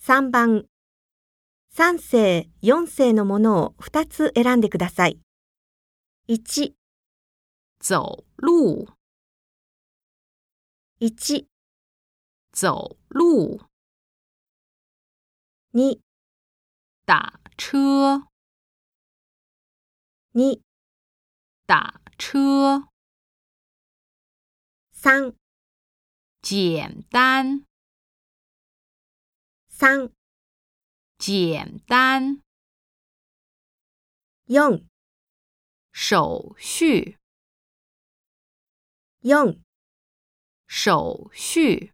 3番、3世、4世のものを2つ選んでください。1、走路， 1、走路， 2、打车， 2、打车， 3、简单， 3、简单， 4、手续， 4手续，